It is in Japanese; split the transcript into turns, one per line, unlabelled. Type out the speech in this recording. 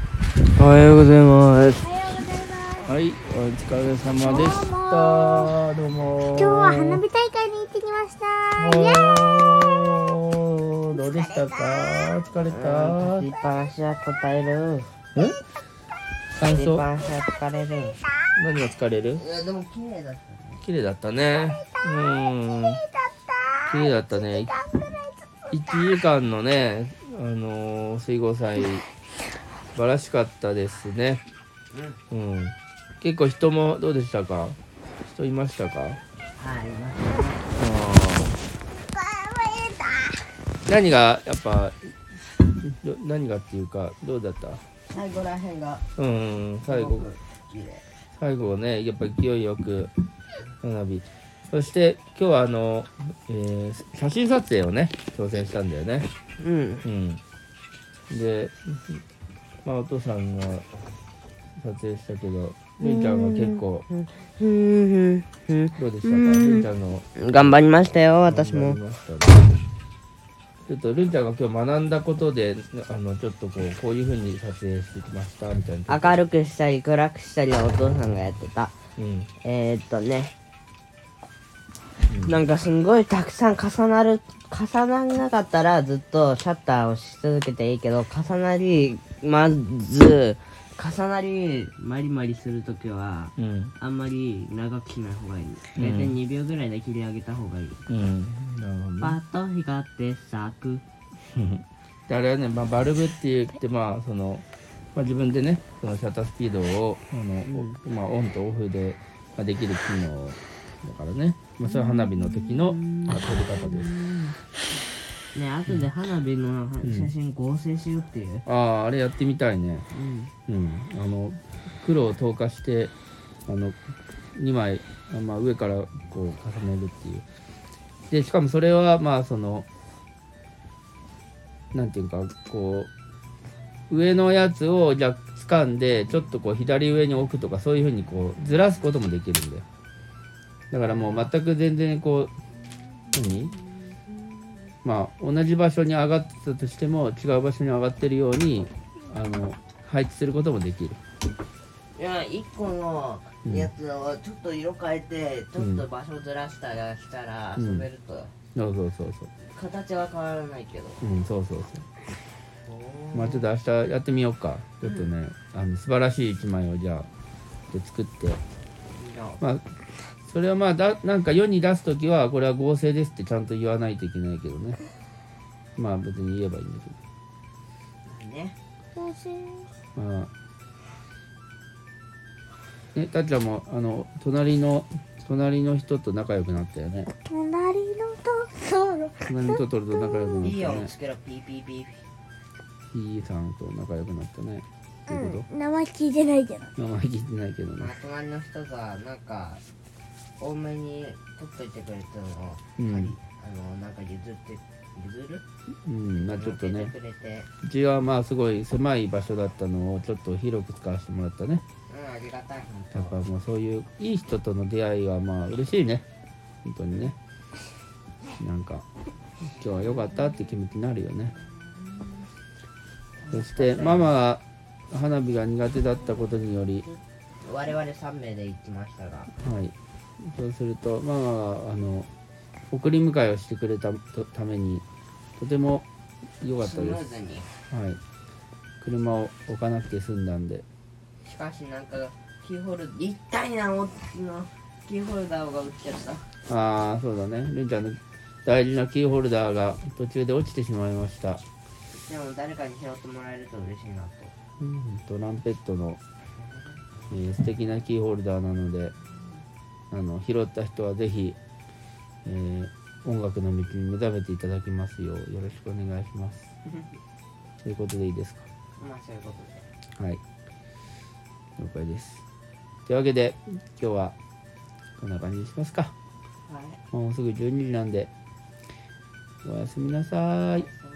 おはようございます
おはようございます。
はいお疲れ様でしたどうも
今日は花火大会に行ってきました。イエーイ
おーどうでしたか疲れ
うん立
た
派なしは答える。
うん感
立
想
派なしは疲れる。
何が疲れる
いや、でも綺麗だった。
綺麗だったねうん綺麗だったね1時間のねあのー水郷祭素晴らしかったですねうん結構人もどうでしたか人いましたか
はい、ま
あー何がやっぱど何がっていうかどうだった
あ最後らへんが。
うん最後
綺麗。
最後ねやっぱ勢いよく花火そして今日はあの、えー写真撮影をね挑戦したんだよね
うん。
うんでまあお父さんが撮影したけどるいちゃんが結構
ふんふん
どうでしたかるいちゃんの
ふん。頑張りましたよ、私
頑張。
も
りましたねちょっとるいちゃんが今日学んだことであのちょっとこうこういうふうに撮影してきましたみたいな、
明るくしたり暗くしたりはお父さんがやってた。
うん、
えー、っとね。なんかすんごいたくさん重なる、重ならなかったらずっとシャッターをし続けていいけど、重なり、まず、重なり、まりまりするときは、
うん
あんまり長くしない方がいい。大体2秒ぐらいで切り上げた方がいい。
うんなるほどね
パッと光って咲く。
であれはね、まあ、バルブって言って、まあそのまあ、自分でねそのシャッタースピードをあの、まあ、オンとオフで、まあ、できる機能だからね、まあ、それは花火の時の、まあ、撮り方です
ね後で花火の写真合成しようっていう。
あああれやってみたいね
うん。
うんあの黒を透過してあの2枚、あまあ、上からこう重ねるっていうでしかもそれはまあそのなんていうかこう上のやつをじゃあ掴んでちょっとこう左上に置くとかそういうふうにこうずらすこともできるんだよだからもう全く全然こう何まあ同じ場所に上がってたとしても違う場所に上がってるようにあの配置することもできる
いや、1個のやつをちょっと色変えて、ちょっと場所ずらしたらしたら
うん
遊べると。
そうそうそうそう
形は変わらないけど。
うん、そうそうそう。まあちょっと明日やってみようか。ちょっとね、あの素晴らしい一枚をじゃあちょっと作って、
いや
まあそれはまあだなんか世に出すときはこれは合成ですってちゃんと言わないといけないけどね。まあ別に言えばいいんだけ
ね。
ど。まあね、たっちゃんもあの隣の隣の人と仲良くなったよね。
隣のとソロ。
隣の人と仲良くなっ
いい
た
よ
ね、。
つけろ、ピーピーピーピ
ひいさんと仲良くなったね。
う
どういうこ
ん、名前聞いてないけど。
と？名前聞いてないけど
ー。まあ
ね。、
隣の人が、なんか、多めに取っといてくれたのを、
うん
あの、なんか譲って、譲る
うん、まあちょっとね。
くれて、
うちはまあすごい狭い場所だったのをちょっと広く使わせてもらったね
うん、ありがたい、
だ
本
からもうそういういい人との出会いはまあ嬉しいね本当にねなんか今日は良かったって気持ちになるよねそしてママが花火が苦手だったことにより
当。我々3名で行きましたが、
はいそうするとママはあの送り迎えをしてくれたとためにとても良かっ
ス
た
ム
で
ー
す
ズに。
はい車を置かなくて済んだんで
しかし、なんか、キーホルダー、痛いな、おっの、キーホルダーが売っちゃった。
ああそうだねるんちゃんの大事なキーホルダーが途中で落ちてしまいました
でも、誰かに拾ってもらえると嬉しいなと。
うんトランペットの、えー素敵なキーホルダーなのであの拾った人はぜひ、えー音楽の道に目覚めていただきますようよろしくお願いし ますということでいいですか
まあ、そういうことで。
はい了解ですというわけで今日はこんな感じにしますか
はい。
もうすぐ12時なんでおやすみなさーい
そう